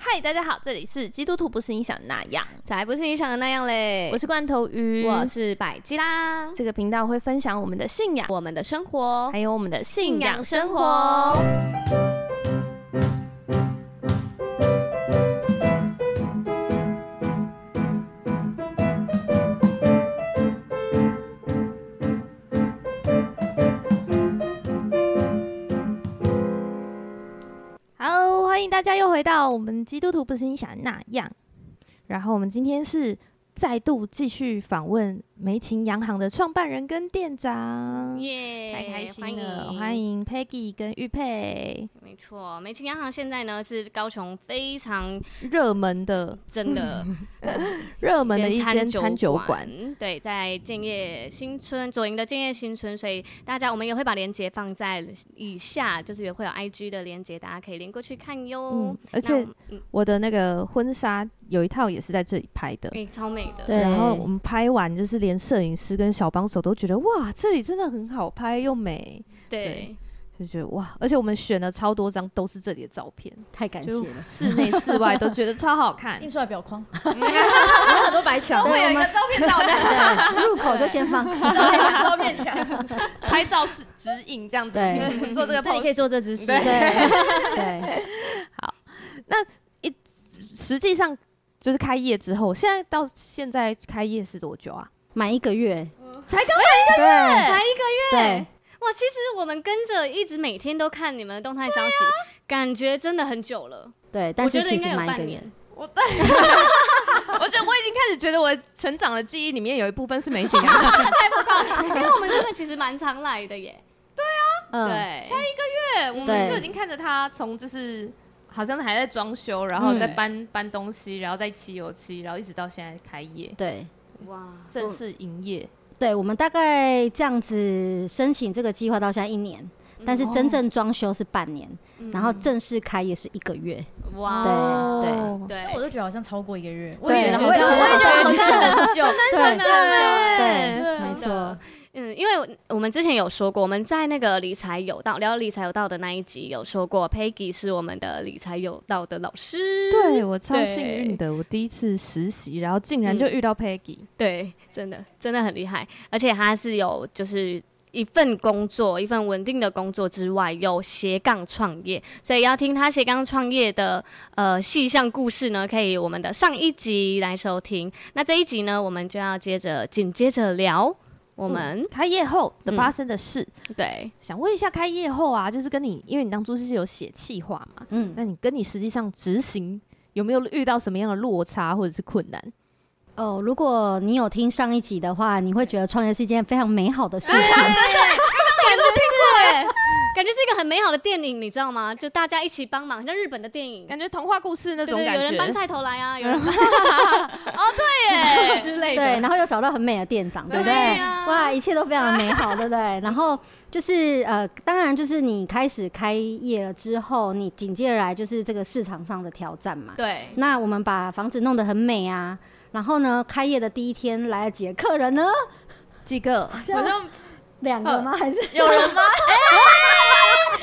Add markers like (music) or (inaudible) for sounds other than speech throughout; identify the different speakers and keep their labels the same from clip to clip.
Speaker 1: 嗨，大家好，这里是基督徒不是你想的那样，
Speaker 2: 才不是你想的那样嘞！
Speaker 1: 我是罐头鱼，
Speaker 2: 我是百吉啦，
Speaker 1: 这个频道会分享我们的信仰，
Speaker 2: 我们的生活
Speaker 1: 还有我们的信
Speaker 2: 信
Speaker 1: 仰
Speaker 2: 仰
Speaker 1: 生
Speaker 2: 生
Speaker 1: 活
Speaker 2: 活。。
Speaker 3: Hello，欢迎大家又回到我们基督徒不是你想的那样。然后我们今天是再度继续访问梅琴洋行的创办人跟店长，
Speaker 2: 耶
Speaker 3: 太开
Speaker 2: 欢
Speaker 3: 心了！
Speaker 2: 迎
Speaker 3: 欢，迎 Peggy 跟玉佩，
Speaker 2: 没错，美琴洋行现在呢是高雄非常
Speaker 3: 热门的
Speaker 2: 真的
Speaker 3: 热门的一
Speaker 2: 餐
Speaker 3: 间餐酒馆，
Speaker 2: 馆，对，在建业新村左营的建业新村，所以大家我们也会把链接放在以下，就是也会有 IG 的链接，大家可以连过去看哟。
Speaker 3: 嗯
Speaker 2: 那，
Speaker 3: 而且
Speaker 2: 我嗯，
Speaker 3: 我的那个婚纱有一套也是在这里拍的。
Speaker 2: 哎、超美的，
Speaker 1: 对
Speaker 3: 然后我们拍完，就是连摄影师跟小帮手都觉得哇，这里真的很好拍又美，
Speaker 2: 对
Speaker 3: 对，就觉得哇，而且我们选了超多张都是这里的照片，
Speaker 4: 太感
Speaker 3: 就
Speaker 4: 谢了。
Speaker 3: 室内室外都觉得超好看
Speaker 4: 印。出来表框，有很多白墙，
Speaker 2: 对我们
Speaker 3: 照片照的，
Speaker 4: 对入口就先放照片墙，照片墙，
Speaker 3: (laughs) 拍照是指引这样子，
Speaker 4: 对
Speaker 3: 你们做这个
Speaker 4: 这里可以
Speaker 3: pose。
Speaker 4: 做这姿势，
Speaker 3: 对
Speaker 4: 对对，
Speaker 3: 实际上就是开业之后，现在到现在开业是多久啊？
Speaker 4: 满一个月，
Speaker 3: 才刚
Speaker 4: 对
Speaker 2: 才一个
Speaker 4: 对，
Speaker 2: 哇，其实我们跟着一直每天都看你们的动态消息，感觉真的很久了。
Speaker 4: 对，
Speaker 2: 我
Speaker 4: 但
Speaker 2: 觉得
Speaker 4: 是其
Speaker 2: 应
Speaker 4: 实
Speaker 2: 该有
Speaker 4: 满一个
Speaker 2: 半
Speaker 4: 月
Speaker 2: 年，。
Speaker 3: 我对，我觉得我已经开始觉得我成长的记忆里面有一部分是美景啊。
Speaker 2: 因为我们真的其实蛮常来的耶。对，
Speaker 4: 嗯，
Speaker 2: 才一
Speaker 3: (laughs) 对，我们
Speaker 4: 对
Speaker 3: 就已经看着他从就是好像还在装修，然后再搬、搬东西，然后再漆油漆，然后一直到现在开业
Speaker 4: 对。
Speaker 2: 哇，
Speaker 3: 正式营业。
Speaker 4: 对，我们大概这样子申请这个计划到现在一年，但是真正装修是半年，然后正式开也是一个月。
Speaker 2: 哇，
Speaker 4: 对
Speaker 3: 哦
Speaker 2: 对
Speaker 5: 那我就觉得好像超过一个月，我
Speaker 4: 对
Speaker 5: 也觉得好
Speaker 4: 我也
Speaker 5: 像，
Speaker 4: 觉得
Speaker 5: 好像很久，
Speaker 2: 真
Speaker 4: 对
Speaker 2: 的很久。
Speaker 4: 对，
Speaker 3: 对
Speaker 4: 没错
Speaker 2: 的，嗯，因为我们之前有说过，我们在那个理财有道聊理财有道的那一集有说过，Peggy 是我们的理财有道的老师。
Speaker 3: 对嗯我超幸运的，我第一次实习，然后竟然就遇到 Peggy，、
Speaker 2: 对，真的真的很厉害，而且他是有就是一份工作，一份稳定的工作之外，有斜杠创业，所以要听他斜杠创业的呃细项故事呢，可以我们的上一集来收听。那这一集呢，我们就要接着紧接着聊我们、
Speaker 3: 开业后的
Speaker 2: 嗯
Speaker 3: 发生的事。
Speaker 2: 对
Speaker 3: 想问一下，开业后啊，就是跟你，因为你当初是有写企划嘛，
Speaker 4: 嗯，
Speaker 3: 那你跟你实际上执行有没有遇到什么样的落差或者是困难？
Speaker 4: 哦，如果你有听上一集的话，你会觉得创业是一件非常美好的事情。
Speaker 2: 感觉是一个很美好的电影，你知道吗？就大家一起帮忙，像日本的电影。
Speaker 3: 感觉童话故事那
Speaker 2: 对
Speaker 3: 种
Speaker 2: 对，
Speaker 3: 感
Speaker 2: 有人搬
Speaker 3: 觉，
Speaker 2: 菜头来啊，有人搬
Speaker 3: 对
Speaker 2: 之类的，
Speaker 4: 对，然后又找到很美的店长，对不对？
Speaker 2: 对呀
Speaker 4: 哇，一切都非常的美好， (laughs) 对不对？然后就是呃，当然就是你开始开业了之后，你紧接着来就是这个市场上的挑战嘛。
Speaker 2: 对
Speaker 4: 那我们把房子弄得很美啊，然后呢，开业的第一天来了几个客人呢？
Speaker 3: 几个好像
Speaker 4: 两个吗？还是
Speaker 3: 有人吗？
Speaker 5: 啊，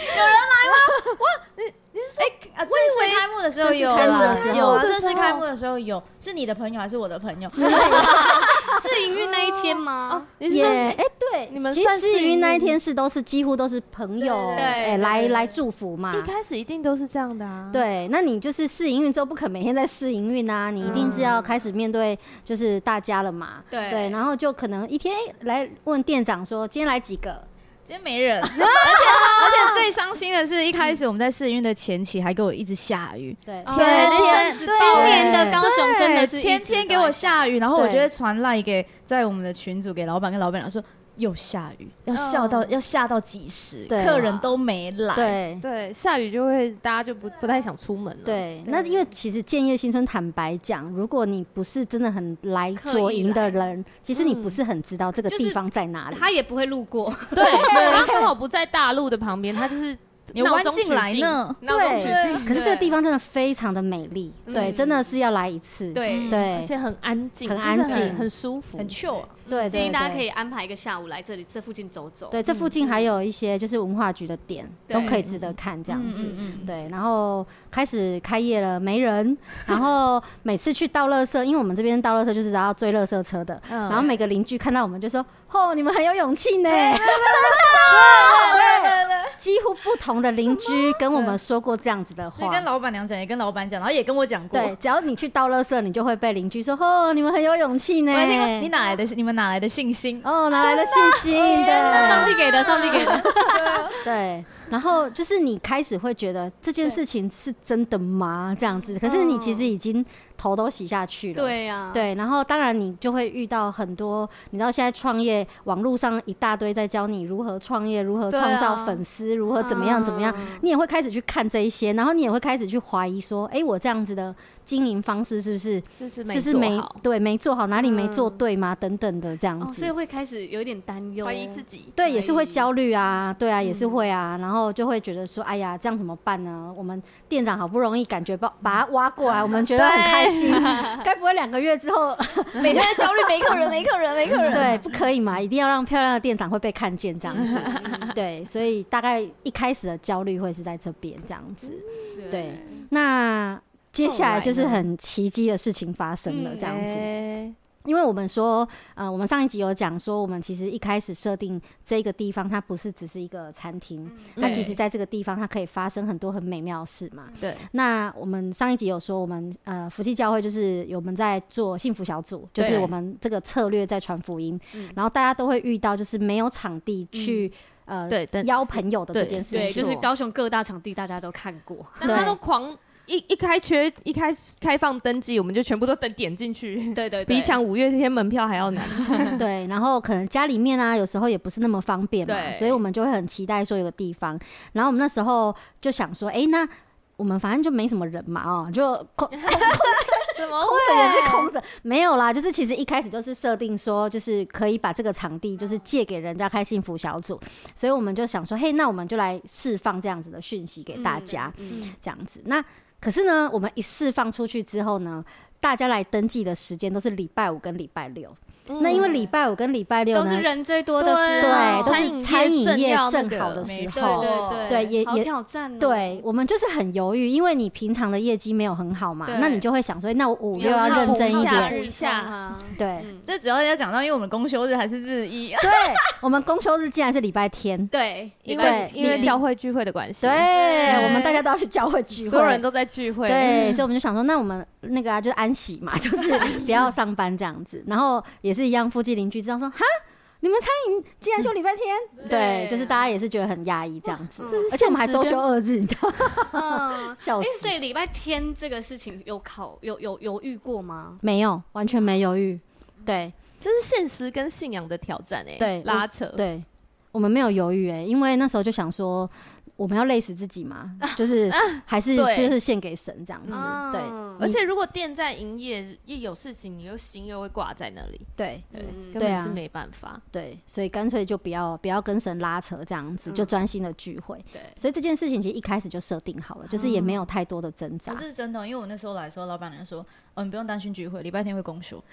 Speaker 5: 正式开幕的时候有啦，
Speaker 4: 正式的时候
Speaker 5: 有正式开幕的时候有，是你的朋友还是我的朋友？
Speaker 2: 是营运那一天吗？
Speaker 3: 你是
Speaker 4: 也
Speaker 3: 说
Speaker 4: 哎、对，
Speaker 3: 你们
Speaker 4: 其
Speaker 3: 算
Speaker 4: 实
Speaker 3: 是
Speaker 4: 试云那一
Speaker 3: 运
Speaker 4: 天是都是几乎都是朋友
Speaker 5: 对对
Speaker 2: 对
Speaker 4: 哎
Speaker 2: 对
Speaker 4: 来
Speaker 2: 对
Speaker 4: 来祝福嘛
Speaker 3: 一。开始一定都是这样的啊？，
Speaker 4: 啊对，那你就是试营运之后，不可每天在试营运啊，你一定是要开始面对就是大家了嘛。
Speaker 2: 对
Speaker 4: 对，然后就可能一天哎来问店长说今天来几个，
Speaker 5: 今天没人，而且而且最伤心的是，一开始我们在试运的前期还给我一直下雨，
Speaker 4: 对，
Speaker 2: 哦
Speaker 5: 天
Speaker 2: 那阵子
Speaker 5: 对
Speaker 2: 今年的高雄真的是一直
Speaker 5: 对天天给我下雨，然后我
Speaker 4: 对
Speaker 5: 就会传赖给在我们的群组给老板跟老板娘说。又下雨，要下到、要下到几时？
Speaker 4: 对
Speaker 5: 客人都没来。
Speaker 4: 对。
Speaker 3: 对，下雨就会大家就不不太想出门了。，
Speaker 4: 对，那因为其实建业新村，坦白讲，如果你不是真的很来左营的人，其实你不是很知道这
Speaker 2: 嗯
Speaker 4: 个
Speaker 2: 就是
Speaker 4: 地方在哪里。
Speaker 2: 他也不会路过，
Speaker 3: 对，然 (laughs) 后刚好不在大路的旁边，它就是
Speaker 5: 你
Speaker 3: 闹
Speaker 5: 弯
Speaker 3: 中
Speaker 5: 进
Speaker 3: 取
Speaker 5: 来
Speaker 3: 静
Speaker 5: 呢？
Speaker 3: 闹中取
Speaker 4: 对，
Speaker 3: 静，
Speaker 4: 可是这个地方真的非常的美丽，对，真的是要来一次。
Speaker 2: 嗯对
Speaker 5: 嗯
Speaker 3: 而
Speaker 4: 对
Speaker 3: 且很安静，
Speaker 4: 很
Speaker 3: 就是
Speaker 4: 安静
Speaker 3: 很舒服，
Speaker 5: 很 chill，啊
Speaker 4: 对
Speaker 2: 建
Speaker 4: 对
Speaker 2: 议大家
Speaker 4: 对
Speaker 2: 可以安排一个下午来这里这附近走走。
Speaker 4: 对，这附近还有一些就是文化局的点，
Speaker 2: 对
Speaker 4: 都可以值得看这样子。
Speaker 5: 嗯嗯
Speaker 4: 对，然后开始开业了，没人。然后每次去倒垃圾，因为我们这边倒垃圾就是只要追垃圾车的，
Speaker 5: 嗯
Speaker 4: 然后每个邻居看到我们就说：“哦，你们很有勇气
Speaker 5: (laughs)
Speaker 4: 呢。”对
Speaker 5: 哦
Speaker 4: 几乎不同的邻居跟我们说过这样子的
Speaker 5: 所以 (laughs)
Speaker 4: 话。
Speaker 5: 跟老板娘讲，也跟老板讲，然后也跟我讲过。
Speaker 4: 对，只要你去倒垃圾，你就会被邻居说：“哦，你们很有勇气呢。
Speaker 5: 我还听过你哪来的？你们哪来的信心？
Speaker 4: 哦，哪来的信心？对，
Speaker 2: 上帝给的，上帝给的。
Speaker 4: 对，然后就是你开始会觉得这件事情是真的吗？这样
Speaker 5: 嗯
Speaker 4: 子，可是你其实已经头都洗下去了。。
Speaker 2: 对呀，
Speaker 4: 对，啊然后当然你就会遇到很多，你知道现在创业网络上一大堆在教你如何创业，如何
Speaker 5: 对
Speaker 4: 创造
Speaker 5: 啊
Speaker 4: 粉丝，如何怎么样怎么样，
Speaker 2: 嗯
Speaker 4: 你也会开始去看这一些，然后你也会开始去怀疑说，哎，我这样子的经营方式是不是
Speaker 3: 是不是
Speaker 4: 是不是没对没做好，哪里没做对吗？等等的这样
Speaker 2: 嗯哦，
Speaker 4: 子，
Speaker 2: 所以会开始有一点担忧，
Speaker 3: 怀疑自
Speaker 5: (laughs)
Speaker 3: 己？
Speaker 4: 对，
Speaker 2: 怀
Speaker 4: 也是会
Speaker 2: 疑嗯
Speaker 4: 焦虑啊，对啊，也是会啊，然后就会觉得说，哎呀，这样怎么办呢？我们店长好不容易感觉
Speaker 2: 嗯
Speaker 4: 把把他挖过来，我们觉得很开心，该不会两个月之后，
Speaker 5: 每天在焦虑，没客人，没客人，没客人。
Speaker 4: 对，不可以嘛？一定要让漂亮的店长会被看见这样
Speaker 5: (laughs)
Speaker 4: 子， (laughs) 对，所以大概一开始的焦虑会是在这边这样子，对。那。接下来就是
Speaker 5: 嗯后来呢
Speaker 4: 很奇迹的事情发生了，
Speaker 5: (laughs)
Speaker 2: 嗯
Speaker 4: 这样子。
Speaker 3: 哎
Speaker 4: 因为我们说，呃，我们上一集有讲说，我们其实一开始设定这个地方，它不是只是一个餐厅，它
Speaker 5: 对
Speaker 4: 其实在这个地方，它可以发生很多很美妙的事嘛。
Speaker 5: 对。
Speaker 4: 那我们上一集有说，我们呃福气教会就是有我们在做幸福小组，就
Speaker 5: 对
Speaker 4: 是我们这个策略在传福音，然后大家都会遇到就是没有场地去、呃
Speaker 3: 对但
Speaker 4: 邀朋友的这
Speaker 3: 对
Speaker 4: 件
Speaker 2: 嗯
Speaker 4: 事
Speaker 2: 对，
Speaker 4: 情，
Speaker 2: 就是高雄各大场地大家都看过， (laughs)
Speaker 3: 那他都狂一一开缺一开开放登记，我们就全部都等点进去，
Speaker 2: 对对对，
Speaker 3: 比抢五月天门票还要难。
Speaker 4: 对，然后可能家里面啊，有时候也不是那么方便嘛，
Speaker 2: 对
Speaker 4: 所以我们就会很期待说有个地方。然后我们那时候就想说，哎，那我们反正就没什么人嘛，哦，就空空
Speaker 2: 怎么
Speaker 4: 着也是空着，没有啦，就是其实一开始就是设定说，就是可以把这个场地就是借给人家开幸福小组，所以我们就想说，嘿，那我们就来释放这样子的讯息给大家，
Speaker 2: 嗯
Speaker 4: 这样子。那可是呢，我们一释放出去之后呢，大家来登记的时间都是礼拜五跟礼拜六。
Speaker 3: 嗯
Speaker 4: 那因为礼拜五跟礼拜六
Speaker 2: 都
Speaker 4: 呢，
Speaker 2: 是人最多的时候，
Speaker 4: 对，都
Speaker 3: 餐饮业
Speaker 4: 是餐饮
Speaker 3: 正
Speaker 4: 业
Speaker 3: 要那
Speaker 4: 正
Speaker 3: 个
Speaker 4: 好的
Speaker 5: 没
Speaker 4: 时
Speaker 5: 错
Speaker 4: 候。
Speaker 2: 对
Speaker 4: 对也
Speaker 2: 好
Speaker 4: 也
Speaker 2: 挑战哦，
Speaker 4: 对我们就是很犹豫，因为你平常的业绩没有很好嘛，
Speaker 2: 对
Speaker 4: 那你就会想说，哎那我五
Speaker 2: 你
Speaker 4: 六要认真一
Speaker 2: 补
Speaker 4: 点。
Speaker 2: 日向啊，
Speaker 4: 对
Speaker 2: 嗯
Speaker 5: 这主要要讲到，因为我们公休日还是日一，
Speaker 4: (laughs) 对，我们公休日竟然是礼拜天，
Speaker 2: 对，
Speaker 4: 因
Speaker 2: 因
Speaker 4: 为
Speaker 2: 为
Speaker 4: 对
Speaker 3: 因为教会聚会的关系，
Speaker 4: 对，我们大家都要去教会聚会，嗯
Speaker 3: 所有人都在聚会，
Speaker 4: 对，所以我们就想说，那我们那个啊，就是安息嘛， (laughs) 就是不要上班这样子。然后也是一样，附近邻居知道说，哈，你们餐饮竟然休礼拜天，对，就是大家也是觉得很压抑这样子
Speaker 2: 嗯。
Speaker 4: 而且我们还周休二
Speaker 3: (laughs)
Speaker 4: 日，你知道吗， (laughs)
Speaker 2: 嗯，
Speaker 4: 笑
Speaker 2: 哎
Speaker 4: 死，。
Speaker 2: 所以礼拜天这个事情有考有有有遇过吗？
Speaker 4: 没有，完全没犹豫。对
Speaker 3: 这是现实跟信仰的挑战哎，
Speaker 4: 对
Speaker 3: 拉扯，
Speaker 4: 对，我们没有犹豫哎、因为那时候就想说，我们要累死自己嘛，
Speaker 3: (laughs)
Speaker 4: 就是还是
Speaker 3: 啊对
Speaker 4: 就是献给神这样子。对
Speaker 2: 嗯
Speaker 3: 而且如果店在营业，一有事情，你又心又会挂在那里，
Speaker 4: 对
Speaker 3: 对，
Speaker 2: 嗯
Speaker 3: 根
Speaker 4: 对
Speaker 3: 本
Speaker 4: 啊
Speaker 3: 是没办法。
Speaker 4: 对，所以干脆就不要不要跟神拉扯这样子，就
Speaker 5: 嗯
Speaker 4: 专心的聚会。
Speaker 2: 对
Speaker 4: 所以这件事情其实一开始就设定好了，就是也没
Speaker 5: 嗯
Speaker 4: 有太多的挣扎 (laughs)
Speaker 5: 可。是真的，因为 (laughs) 我那时候来的时候，老板娘说，哦，你不用担心聚会，礼拜天会公 (laughs) 休。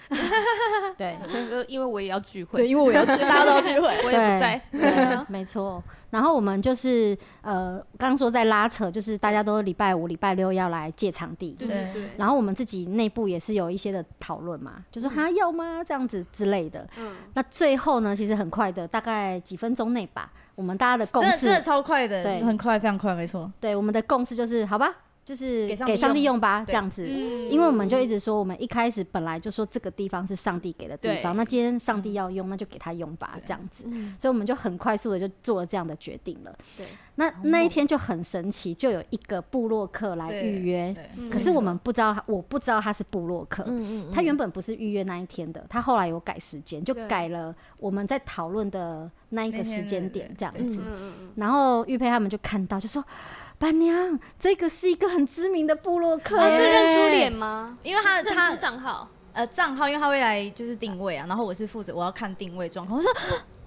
Speaker 4: 对
Speaker 3: 呃因为我也要聚会，
Speaker 5: 因为我要大家都要聚 (laughs) 会。
Speaker 3: 我也不在，
Speaker 4: 对，没错。然后我们就是呃，刚刚说在拉扯，就是大家都礼拜五、礼拜六要来借场地，
Speaker 2: 对对对，
Speaker 4: 然后我们自己内部也是有一些的讨论嘛，
Speaker 5: 嗯
Speaker 4: 就说哈要吗这样子之类的。
Speaker 2: 嗯
Speaker 4: 那最后呢，其实很快的，大概几分钟内吧，我们大家的共
Speaker 5: 真的
Speaker 4: 识，
Speaker 5: 真的超快的，
Speaker 4: 对
Speaker 5: 很快，非常快，没错。
Speaker 4: 对我们的共识就是好吧，就是
Speaker 5: 给上帝
Speaker 4: 给上帝
Speaker 5: 用
Speaker 4: 用吧，
Speaker 5: 对
Speaker 4: 这样子。
Speaker 2: 嗯
Speaker 4: 因为我们就一直说，我们一开始本来就说这个地方是上帝给的地方，
Speaker 2: 对
Speaker 4: 那今天上帝要用，那就给他用吧，这样子。
Speaker 3: 嗯
Speaker 4: 所以我们就很快速的就做了这样的决定了。
Speaker 2: 对，
Speaker 4: 那那一天就很神奇，就有一个部落客来预约，
Speaker 5: 对，
Speaker 2: 嗯
Speaker 4: 可是我们不知道他，我不知道他是部落客。
Speaker 3: 嗯
Speaker 4: 他原本不是预约那一天的，他后来有改时间，就
Speaker 2: 对
Speaker 4: 改了我们在讨论的那一个时间点，这样
Speaker 5: 那
Speaker 4: 子。
Speaker 2: 嗯嗯
Speaker 4: 然后玉佩他们就看到，就说：“板娘，这个是一个很知名的部落客
Speaker 2: 嗯，啊
Speaker 4: 耶，
Speaker 2: 是认出脸吗？
Speaker 5: 因为他
Speaker 3: 认
Speaker 5: 他
Speaker 3: 出账号，
Speaker 5: 呃账号，因为他会来就是定位啊，然后我是负责我要看定位状况，我说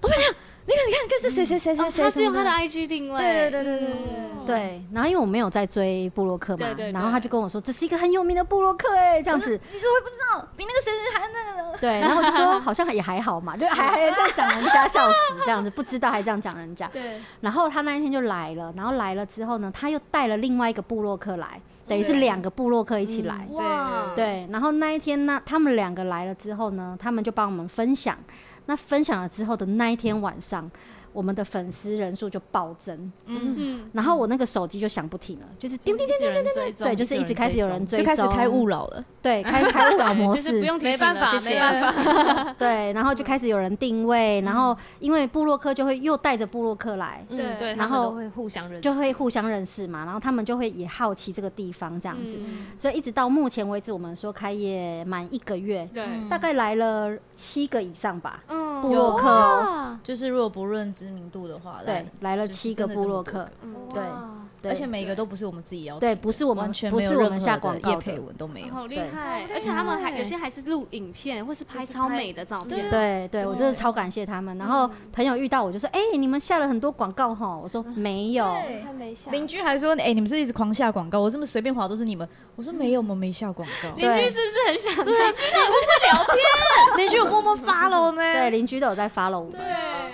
Speaker 5: 老板娘。看这是谁谁谁
Speaker 4: 哎
Speaker 5: 谁谁，
Speaker 2: 哦他是用他的
Speaker 5: 什么
Speaker 2: IG 定位，
Speaker 5: 对对对对对
Speaker 2: 嗯
Speaker 4: 对，然后因为我没有在追布洛克嘛
Speaker 2: 对对，对
Speaker 4: 然后他就跟我说这是一个很有名的布洛克哎，这
Speaker 2: (laughs)
Speaker 4: 样子，
Speaker 5: 你怎么会不知道？比那个谁谁还那个
Speaker 4: 对，然后我就说好像也还好嘛，就还还这样讲人家笑死这样子，不知道还这样讲人家。
Speaker 2: 对，
Speaker 4: 然后他那一天就来了，然后来了之后呢，他又带了另外一个布洛克来，等于是
Speaker 2: 对嗯
Speaker 4: 两个布洛克一起来。
Speaker 2: 哇，
Speaker 4: 对，然后那一天呢，他们两个来了之后呢，他们就帮我们分享。那分享了之后的那一天晚上，我们的粉丝人数就暴增，
Speaker 5: 嗯，
Speaker 2: 嗯，
Speaker 4: 然后我那个手机就响不停了，就是叮叮叮，
Speaker 6: 叮叮叮
Speaker 4: 对，就是一直开始有人追
Speaker 5: 就
Speaker 4: 踪，
Speaker 5: 开始开勿扰了。
Speaker 4: 对，
Speaker 5: (laughs)
Speaker 4: 开开勿扰模
Speaker 2: 就
Speaker 4: 式，
Speaker 2: 是不用提
Speaker 6: 没
Speaker 2: 醒了
Speaker 6: 办法，
Speaker 2: 谢嗯
Speaker 6: 没
Speaker 2: 谢
Speaker 6: 办法，
Speaker 4: 对，然后就开始有人定位，然后因为布洛克就会又带着布洛克来，
Speaker 5: 嗯
Speaker 2: 对
Speaker 6: 对，
Speaker 4: 然
Speaker 6: 他们
Speaker 4: 后
Speaker 6: 都会互相认识，
Speaker 4: 就会互相认识嘛，然后他们就会也好奇这个地方这样子，
Speaker 2: 嗯
Speaker 4: 所以一直到目前为止，我们说开业满一个月，
Speaker 2: 对，
Speaker 5: 嗯
Speaker 4: 大概来了七个以上吧，
Speaker 2: 嗯
Speaker 4: 布洛克哦，
Speaker 5: 就是如果不论知名度的话，
Speaker 4: 对，来了
Speaker 5: 哦就是
Speaker 4: 七个
Speaker 5: 真的这
Speaker 4: 布
Speaker 5: 么
Speaker 4: 洛
Speaker 5: 多
Speaker 4: 克，
Speaker 2: 嗯
Speaker 4: 对对
Speaker 5: 而且每一个都不是我们自己邀请的，
Speaker 4: 对不是我们
Speaker 5: 完全
Speaker 4: 不
Speaker 5: 没有
Speaker 4: 是我
Speaker 5: 任
Speaker 4: 们
Speaker 5: 何
Speaker 4: 下
Speaker 5: 的
Speaker 4: 广告
Speaker 5: 业
Speaker 4: 的
Speaker 5: 配文都没有。
Speaker 3: 哦
Speaker 2: 好厉
Speaker 4: 对
Speaker 2: 害！而且他们还有些还是录影片，或是拍超美的照片。
Speaker 4: 对啊对，我真的超感谢他
Speaker 5: 嗯
Speaker 4: 们。然后朋友遇到我就说：“哎，你们下了很多广告哈？”我说：“没有。”
Speaker 5: 对
Speaker 1: 没下
Speaker 5: 邻居还说：“哎、你们是一直狂下广告，我这么随便划都是你
Speaker 4: 嗯
Speaker 5: 们。”我说：“没有，我们没下广
Speaker 4: (laughs)
Speaker 5: 告。
Speaker 2: 邻居是不是很想
Speaker 4: 啊
Speaker 2: 看？”
Speaker 5: 邻居有默默发了 (laughs) 呢。
Speaker 4: 对，邻居都有在 follow 我们。
Speaker 2: 对，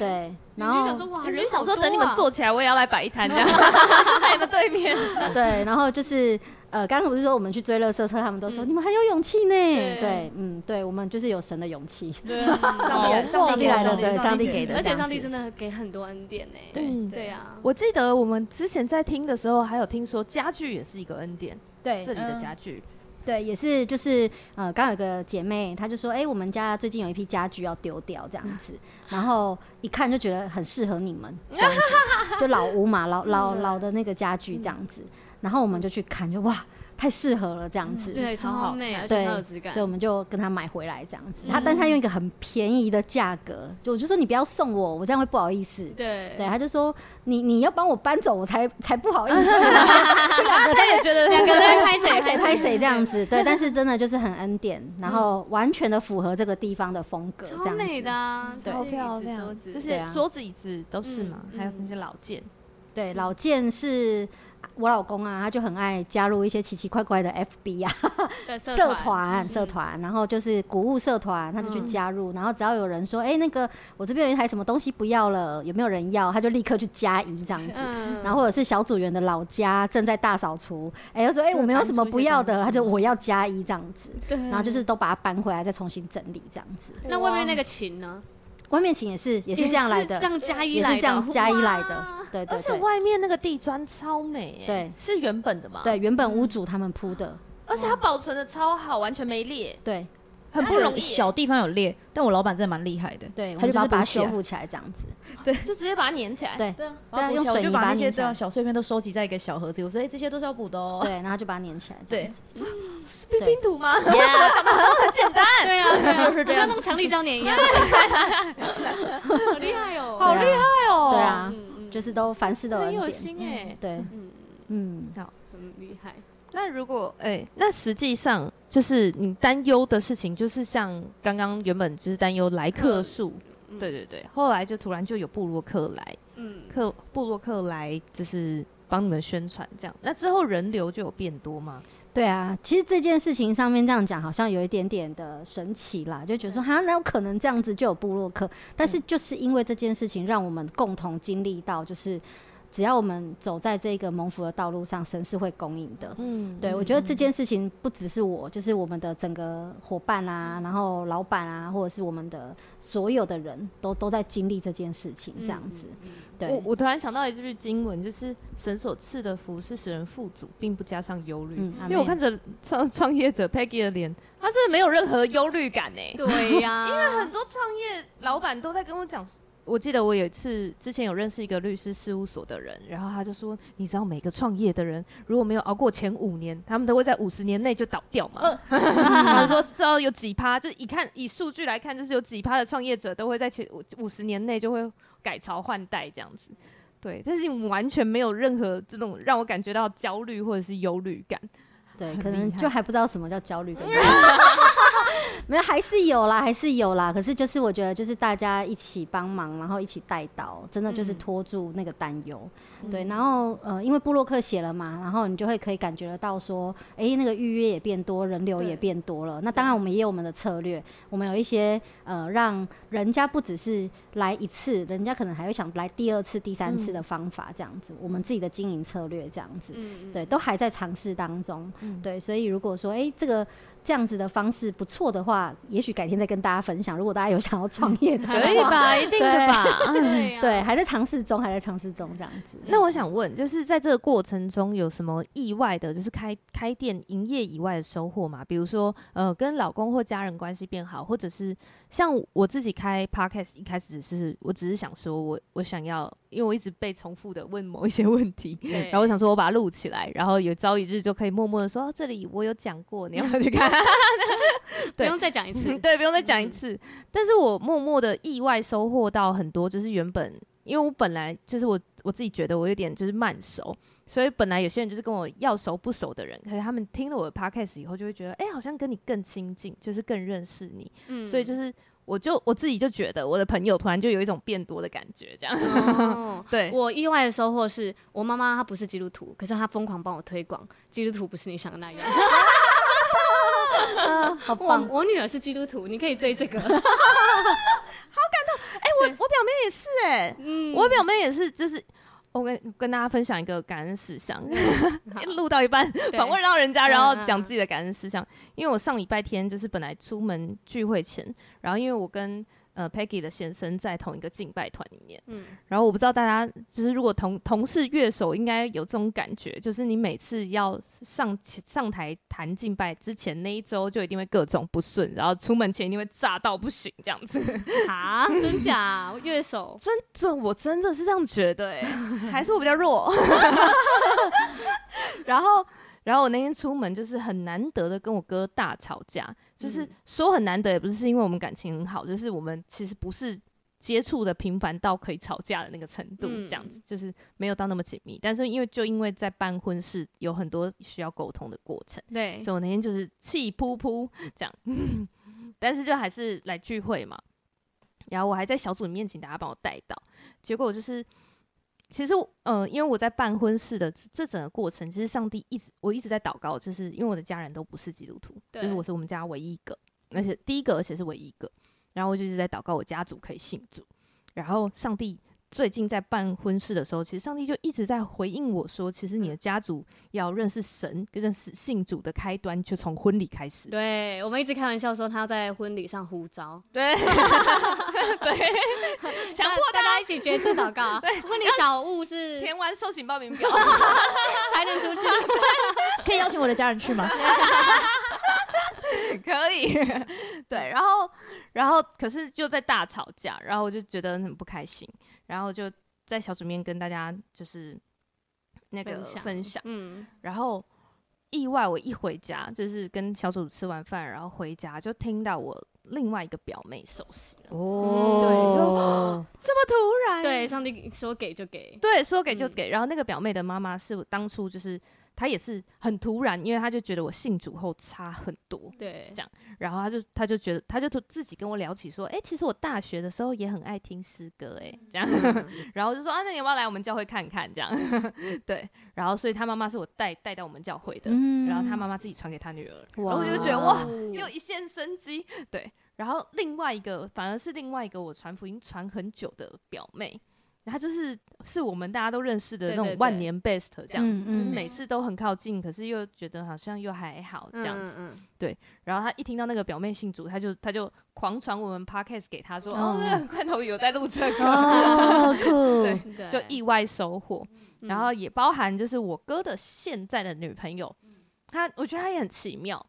Speaker 4: 对，啊然
Speaker 2: 邻居想
Speaker 4: 后
Speaker 2: 说哇，
Speaker 6: 我
Speaker 2: 人
Speaker 6: 就想
Speaker 2: 好
Speaker 6: 说，
Speaker 2: 多
Speaker 6: 等你们
Speaker 2: 啊
Speaker 6: 做起来，我也要来摆一摊
Speaker 3: (laughs)
Speaker 2: (laughs)
Speaker 6: 这样，就在你们对面。
Speaker 4: 对，然后就是呃，刚刚不是说我们去追乐色车，他们都说、你们很有勇气呢。
Speaker 2: 对
Speaker 4: 对，嗯，对，我们就是有神的勇气。
Speaker 6: 对，
Speaker 5: 上
Speaker 4: (laughs)
Speaker 3: 哦
Speaker 5: 帝来，
Speaker 4: 上
Speaker 5: 上帝来了，
Speaker 4: 帝来了对上帝给的
Speaker 2: 啊而
Speaker 4: 这
Speaker 2: 且
Speaker 4: 样
Speaker 2: 上帝
Speaker 4: 子
Speaker 2: 真的给很多恩典呢。
Speaker 1: 嗯，
Speaker 2: 对啊，
Speaker 3: 我记得我们之前在听的时候，还有听说家具也是一个恩典，
Speaker 4: 对
Speaker 3: 这里的
Speaker 5: 嗯
Speaker 3: 家具，
Speaker 4: 对，也是就是呃，刚有个姐妹，她就说，哎、我们家最近有一批家具要丢掉这样子，然后一看就觉得很适合你们，这样子就老屋嘛，老老老的那个家具这样子，然后我们就去看，就哇，太适合了这样子。
Speaker 2: 嗯对，
Speaker 5: 超
Speaker 2: 超
Speaker 5: 好
Speaker 2: 美，而且
Speaker 4: 对
Speaker 2: 超有质，感嗯
Speaker 4: 所以。我们就跟他买回来这样子。他，但他用一个很便宜的价格，就我就说你不要送我，我这样会不好意思。
Speaker 2: 对
Speaker 4: 对，，他啊就说你你要帮我搬走，我才才不好意思。
Speaker 2: (laughs)
Speaker 4: 这两个他也觉得两
Speaker 2: 个在拍谁拍
Speaker 4: 啊拍谁
Speaker 2: 谁
Speaker 4: 拍谁这样子，对，但是真的就是很恩
Speaker 2: (laughs)
Speaker 4: 典，然后完全的符合这个地方的风格，这
Speaker 2: 超
Speaker 4: 样
Speaker 2: 美
Speaker 4: 子。
Speaker 2: 的啊，
Speaker 4: 对
Speaker 2: 好
Speaker 3: 好漂亮，这
Speaker 2: 这是
Speaker 4: 对
Speaker 3: 些
Speaker 4: 啊
Speaker 3: 桌子椅子都是嘛，
Speaker 2: 嗯
Speaker 3: 还有那些老件，
Speaker 4: 对，老健是我老公啊，他就很爱加入一些奇奇怪怪的 FB 啊。
Speaker 2: 嗯
Speaker 4: 社团社团，然后就是谷物社团，他就去
Speaker 2: 嗯
Speaker 4: 加入，然后只要有人说，哎、那个我这边有一台什么东西不要了，有没有人要？他就立刻去加一这样子。
Speaker 2: 嗯
Speaker 4: 然后或者是小组员的老家正在大扫除，哎、他说哎、我没有什么不要的，他就我要加一这样子，
Speaker 2: 嗯
Speaker 4: 然后就是都把它搬回来，再重新整理这样子。
Speaker 2: 那外面那个琴呢？
Speaker 4: 外面请也是也是这样来的，
Speaker 2: 这样加一
Speaker 4: 也
Speaker 2: 来
Speaker 4: 是
Speaker 2: 的，
Speaker 4: 这样加一来的
Speaker 2: 哇，
Speaker 4: 对
Speaker 3: 而
Speaker 4: 对
Speaker 3: 且
Speaker 4: 对
Speaker 3: 外面那个地砖超美、欸，
Speaker 4: 对，
Speaker 3: 是原本的嘛，，
Speaker 4: 对，原本屋主他们铺的，
Speaker 1: 而且它保存的超好，完全没
Speaker 3: (laughs)
Speaker 1: 裂。
Speaker 4: 对
Speaker 5: 很不容易，小地方有裂，但我老板真的蛮厉害的，
Speaker 4: 对，我
Speaker 5: 他
Speaker 4: 们
Speaker 5: 就
Speaker 4: 就是把它
Speaker 5: 补起
Speaker 4: 修
Speaker 5: 来。
Speaker 4: 复起来这样子。
Speaker 1: 就直接把它粘起来。
Speaker 4: 对
Speaker 5: 对
Speaker 4: 对
Speaker 5: 啊，
Speaker 4: 啊
Speaker 5: 把它补
Speaker 4: 用
Speaker 5: 起来我
Speaker 4: 水
Speaker 5: 就
Speaker 4: 泥
Speaker 5: 把
Speaker 4: 把它
Speaker 5: 那些
Speaker 4: 拧起
Speaker 5: 对啊
Speaker 4: 来
Speaker 5: 小碎片都收集在一个小盒子里，我说哎，这些都是要补的哦。
Speaker 4: 对，然后就把它粘起来这样
Speaker 5: 对
Speaker 4: 子。，
Speaker 1: 是拼拼图吗？
Speaker 3: 啊
Speaker 4: 哎
Speaker 2: 对啊，对啊
Speaker 5: 就是这
Speaker 2: 就像
Speaker 5: 样
Speaker 2: 弄强力胶粘一样，好厉害哦，
Speaker 4: (laughs) 好厉害
Speaker 3: 哦
Speaker 4: 对
Speaker 2: 害
Speaker 4: 啊，
Speaker 2: 嗯
Speaker 4: (laughs) 就是是都凡事都有
Speaker 2: 很有
Speaker 4: 恩典。
Speaker 2: 心哎，
Speaker 4: 对，
Speaker 2: 嗯，
Speaker 4: 嗯，
Speaker 2: 很厉害，
Speaker 3: 那如果哎、那实际上就是你担忧的事情，就是像刚刚原本就是担忧来客数，
Speaker 2: 嗯
Speaker 3: 对对对，后来就突然就有布洛克来，
Speaker 2: 嗯，
Speaker 3: 克布洛克来就是帮你们宣传这样，那之后人流就有变多吗？
Speaker 4: 对啊，其实这件事情上面这样讲，好像有一点点的神奇啦，就觉得说，哈，哪有可能这样子就有部落客？但是就是因为这件事情，让我们共同经历到，就是只要我们走在这个蒙福的道路上，神是会供应的。
Speaker 3: 嗯，
Speaker 4: 对，我觉得这件事情不只是我，就是我们的整个伙伴啊，
Speaker 3: 嗯
Speaker 4: 然后老板啊，或者是我们的所有的人都都在经历这件事情，这样子。
Speaker 2: 嗯，嗯
Speaker 4: 对，
Speaker 3: 我我突然想到一句经文，就是神所赐的福是使人富足，并不加上忧虑。
Speaker 4: 嗯，阿
Speaker 3: 因为我
Speaker 4: 妹
Speaker 3: 看着创创业者 Peggy 的脸，她真的没有任何忧虑感哎、
Speaker 2: 对呀，因为
Speaker 3: 很多创业老板都在跟我讲。我记得我有一次之前有认识一个律师事务所的人，然后他就说：“你知道每个创业的人如果没有熬过前五年，他们都会在五十年内就倒掉嘛？” (laughs) 他说：“知道有几趴，就一看以数据来看，就是有几趴的创业者都会在前五五十年内就会改朝换代这样子。”对，但是完全没有任何这种让我感觉到焦虑或者是忧虑感。
Speaker 4: 对，
Speaker 3: 很
Speaker 4: 可
Speaker 3: 厉
Speaker 4: 能
Speaker 3: 害 (laughs)
Speaker 4: 就还不知道什么叫焦虑跟忧 (laughs) 没有还是有啦，还是有啦。可是就是我觉得就是大家一起帮忙，然后一起带到，真的
Speaker 3: 嗯
Speaker 4: 就是拖住那个担忧。 (laughs) 对，然后呃，因为布洛克写了嘛，然后你就会可以感觉得到说，哎、那个预约也变多，人流也变多了。那当然，我们也有我们的策略，我们有一些呃，让人家不只是来一次，人家可能还会想来第二次、第三次
Speaker 3: 嗯
Speaker 4: 的方法，这样子。我们自己的经营策略这样
Speaker 2: 嗯
Speaker 4: 子，对，都还在尝试当中。
Speaker 3: 嗯
Speaker 4: 对，所以如果说，哎、这个。这样子的方式不错的话，也许改天再跟大家分享。如果大家有想要创业
Speaker 3: (laughs)
Speaker 4: 的话，
Speaker 5: 可以吧？一定的吧？
Speaker 2: 对
Speaker 4: (laughs) 对，还在尝试中，还在尝试中这样子。
Speaker 3: (laughs) 那我想问，就是在这个过程中有什么意外的，就是开开店营业以外的收获吗？比如说，呃，跟老公或家人关系变好，或者是像我自己开 podcast，一开始只是我只是想说我我想要，因为我一直被重复的问某一些问题，然后我想说我把它录起来，然后有朝一日就可以默默的说、啊、这里我有讲过，你要不要去看？
Speaker 2: 不
Speaker 3: 对。
Speaker 2: 用再讲一次
Speaker 3: (laughs) 嗯
Speaker 2: 嗯
Speaker 3: 对，不用再讲一次。但是我默默的意外收获到很多，就是原本因为我本来就是我我自己觉得我有点就是慢熟，所以本来有些人就是跟我要熟不熟的人，可是他们听了我的 podcast 以后，就会觉得哎、好像跟你更亲近，就是更认识你。
Speaker 2: 嗯
Speaker 3: 所以就是我就我自己就觉得我的朋友突然就有一种变多的感觉，这样。
Speaker 2: 哦
Speaker 3: 对， (laughs)
Speaker 2: 我意外的收获是我妈妈她不是基督徒，可是她疯狂帮我推广基督徒不是你想的那样。
Speaker 4: 啊好
Speaker 2: 我
Speaker 4: (laughs) 棒！
Speaker 2: 我女儿是基督徒，你可以追这个。
Speaker 3: 我我表妹也是哎、
Speaker 2: 嗯
Speaker 3: 我表妹也是，就是我跟跟大家分享一个感恩事项，
Speaker 2: 嗯
Speaker 3: (laughs) 录到一半访问到人家，然后讲自己的感恩事项。因为我上礼拜天就是本来出门聚会前，然后因为我跟呃 Peggy 的先生在同一个敬拜团里面，
Speaker 2: 嗯
Speaker 3: 然后我不知道大家就是如果同同是乐手，应该有这种感觉，就是你每次要上上台弹敬拜之前那一周，就一定会各种不顺，然后出门前一定会炸到不行这样子。
Speaker 4: (laughs)
Speaker 2: 啊，真假？乐手
Speaker 3: 真这我真的是这样觉得哎、 (laughs) 还是我比较弱。 (laughs) 然后，然后我那天出门就是很难得的跟我哥大吵架，就是说很难得，也不是因为我们感情很好，就是我们其实不是接触的频繁到可以吵架的那个程度，
Speaker 2: 嗯
Speaker 3: 这样子、就是没有到那么紧密。但是因为就因为在办婚事，有很多需要沟通的过程。
Speaker 2: 对
Speaker 3: 所以我那天就是气噗噗这样，但是就还是来聚会嘛。然后我还在小组里面请大家帮我带到，结果就是，其实我呃，因为我在办婚事的这这整个过程，其实上帝一直我一直在祷告，就是因为我的家人都不是基督徒，就
Speaker 2: 对
Speaker 3: 是我是我们家唯一一个，而且第一个而且是唯一一个，然后我就一直在祷告我家族可以信主，然后上帝。最近在办婚事的时候，其实上帝就一直在回应我说，其实你的家族要认识神、认识信主的开端，就从婚礼开始。
Speaker 2: 对，我们一直开玩笑说她要在婚礼上呼召，
Speaker 3: (laughs) 对对，强迫
Speaker 4: 啊
Speaker 2: 大家一起决志祷告
Speaker 4: (laughs)
Speaker 2: 啊。婚礼小物是
Speaker 3: 填完受请报名表，
Speaker 2: 才能出去。
Speaker 5: (laughs) 可以邀请我的家人去吗？
Speaker 3: (laughs) 可以。 (laughs) 对，然后然后可是就在大吵架，然后我就觉得很不开心，然后就在小组面跟大家就是那个
Speaker 2: 分享
Speaker 3: 分享，
Speaker 4: (laughs)
Speaker 2: 嗯，
Speaker 3: 然后意外我一回家就是跟小组吃完饭，然后回家就听到我另外一个表妹受洗了，
Speaker 4: 哦，
Speaker 3: 这么突然
Speaker 2: 对，上帝说给就给。
Speaker 3: 对，说给就
Speaker 2: 嗯
Speaker 3: 给。然后那个表妹的妈妈是我当初就是她也是很突然，因为她就觉得我信主后差很多，
Speaker 2: 对，
Speaker 3: 然后她就她就觉得她就自己跟我聊起说，哎、其实我大学的时候也很爱听诗歌、诶，哎，这样，然后就说啊，那你要不要来我们教会看看？这样，对，然后所以她妈妈是我带带到我们教会的，
Speaker 4: 嗯
Speaker 3: 然后她妈妈自己传给她女儿，然
Speaker 4: 哇
Speaker 3: 后我就觉得哇，
Speaker 2: 哦
Speaker 3: 又一线生机，对。然后另外一个反而是另外一个我传福音传很久的表妹，她就是是我们大家都认识的那
Speaker 2: 对对
Speaker 3: 种
Speaker 2: 对
Speaker 3: 万年 best 这样子，
Speaker 4: 嗯
Speaker 3: 就是
Speaker 4: 嗯
Speaker 3: 每次都很靠近，可是又觉得好像又还好这样子。
Speaker 2: 嗯，嗯
Speaker 3: 然后她一听到那个表妹信主，她就她就狂传我们 podcast 给她说，
Speaker 4: 哦
Speaker 3: 哦，那个 (laughs) 罐头有在录这个，
Speaker 4: 哦，酷，
Speaker 3: 对，
Speaker 2: 嗯 (laughs) 对
Speaker 3: 就意外收获。
Speaker 2: 嗯
Speaker 3: 然后也包含就是我哥的现在的女朋友，
Speaker 2: 嗯
Speaker 3: 她我觉得她也很奇妙，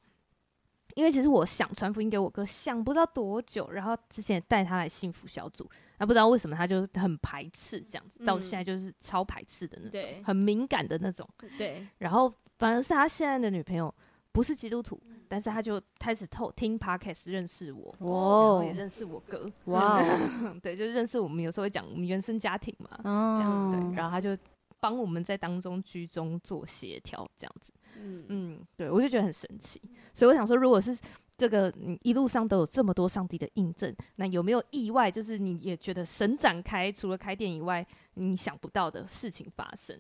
Speaker 3: 因为其实我想传福音给我哥，想不到多久，然后之前也带他来幸福小组，啊不知道为什么他就很排斥这样子，到
Speaker 2: 嗯
Speaker 3: 现在就是超排斥的那种，
Speaker 2: 对
Speaker 3: 很敏感的那种。
Speaker 2: 对，
Speaker 3: 然后反而是他现在的女朋友不是基督徒，
Speaker 2: 嗯
Speaker 3: 但是他就开始透听 podcast 认识我，然后
Speaker 4: 哦
Speaker 3: 也，认识我哥，
Speaker 2: 哦
Speaker 3: (laughs)
Speaker 4: 哇哦
Speaker 3: 对，就认识我们有时候会讲我们原生家庭嘛，这样
Speaker 4: 哦，
Speaker 3: 对，然后他就帮我们在当中居中做协调，这样子，
Speaker 2: 嗯，
Speaker 3: 嗯，对我就觉得很神奇，所以我想说，如果是这个你一路上都有这么多上帝的印证，那有没有意外？就是你也觉得神展开，除了开店以外，你想不到的事情发生，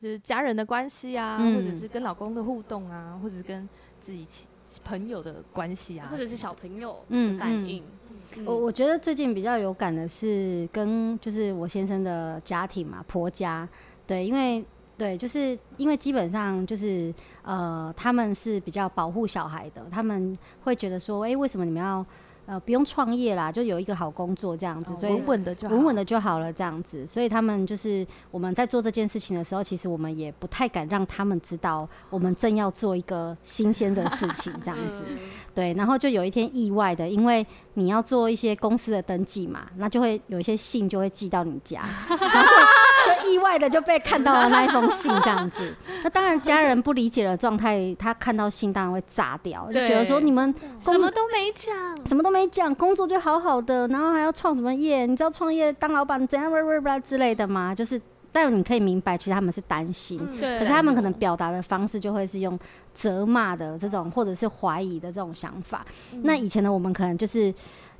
Speaker 3: 就是家人的关系啊，
Speaker 4: 嗯
Speaker 3: 或者是跟老公的互动啊，或者是跟自己亲朋友的关系啊，
Speaker 2: 或者是小朋友
Speaker 4: 嗯
Speaker 2: 的反应。
Speaker 3: 嗯
Speaker 2: 嗯
Speaker 4: 我我觉得最近比较有感的是跟就是我先生的家庭嘛，婆家，对，因为对，就是因为基本上就是呃，他们是比较保护小孩的，他们会觉得说，诶，为什么你们要呃不用创业啦，就有一个好工作这样子，
Speaker 3: 哦
Speaker 4: 所以
Speaker 3: 稳稳的就好
Speaker 4: 稳稳的就好了，这样子。所以他们就是我们在做这件事情的时候，其实我们也不太敢让他们知道我们正要做一个新鲜的事情，这样子。
Speaker 2: 嗯
Speaker 4: 对，然后就有一天意外的，因为你要做一些公司的登记嘛，那就会有一些信就会寄到你家，然后就就意外的就被看到了那一封信这样子。那当然家人不理解的状态，他看到信当然会炸掉，就觉得说
Speaker 2: 对
Speaker 4: 你们
Speaker 2: 什么都没讲，
Speaker 4: 什么都没讲，工作就好好的，然后还要创什么业？你知道创业当老板怎样，blah blah blah 之类的吗？就是，但你可以明白，其实他们是担心，
Speaker 2: 对
Speaker 4: 可是他们可能表达的方式就会是用责骂的这种，或者是怀疑的这种想法。那以前的我们可能就是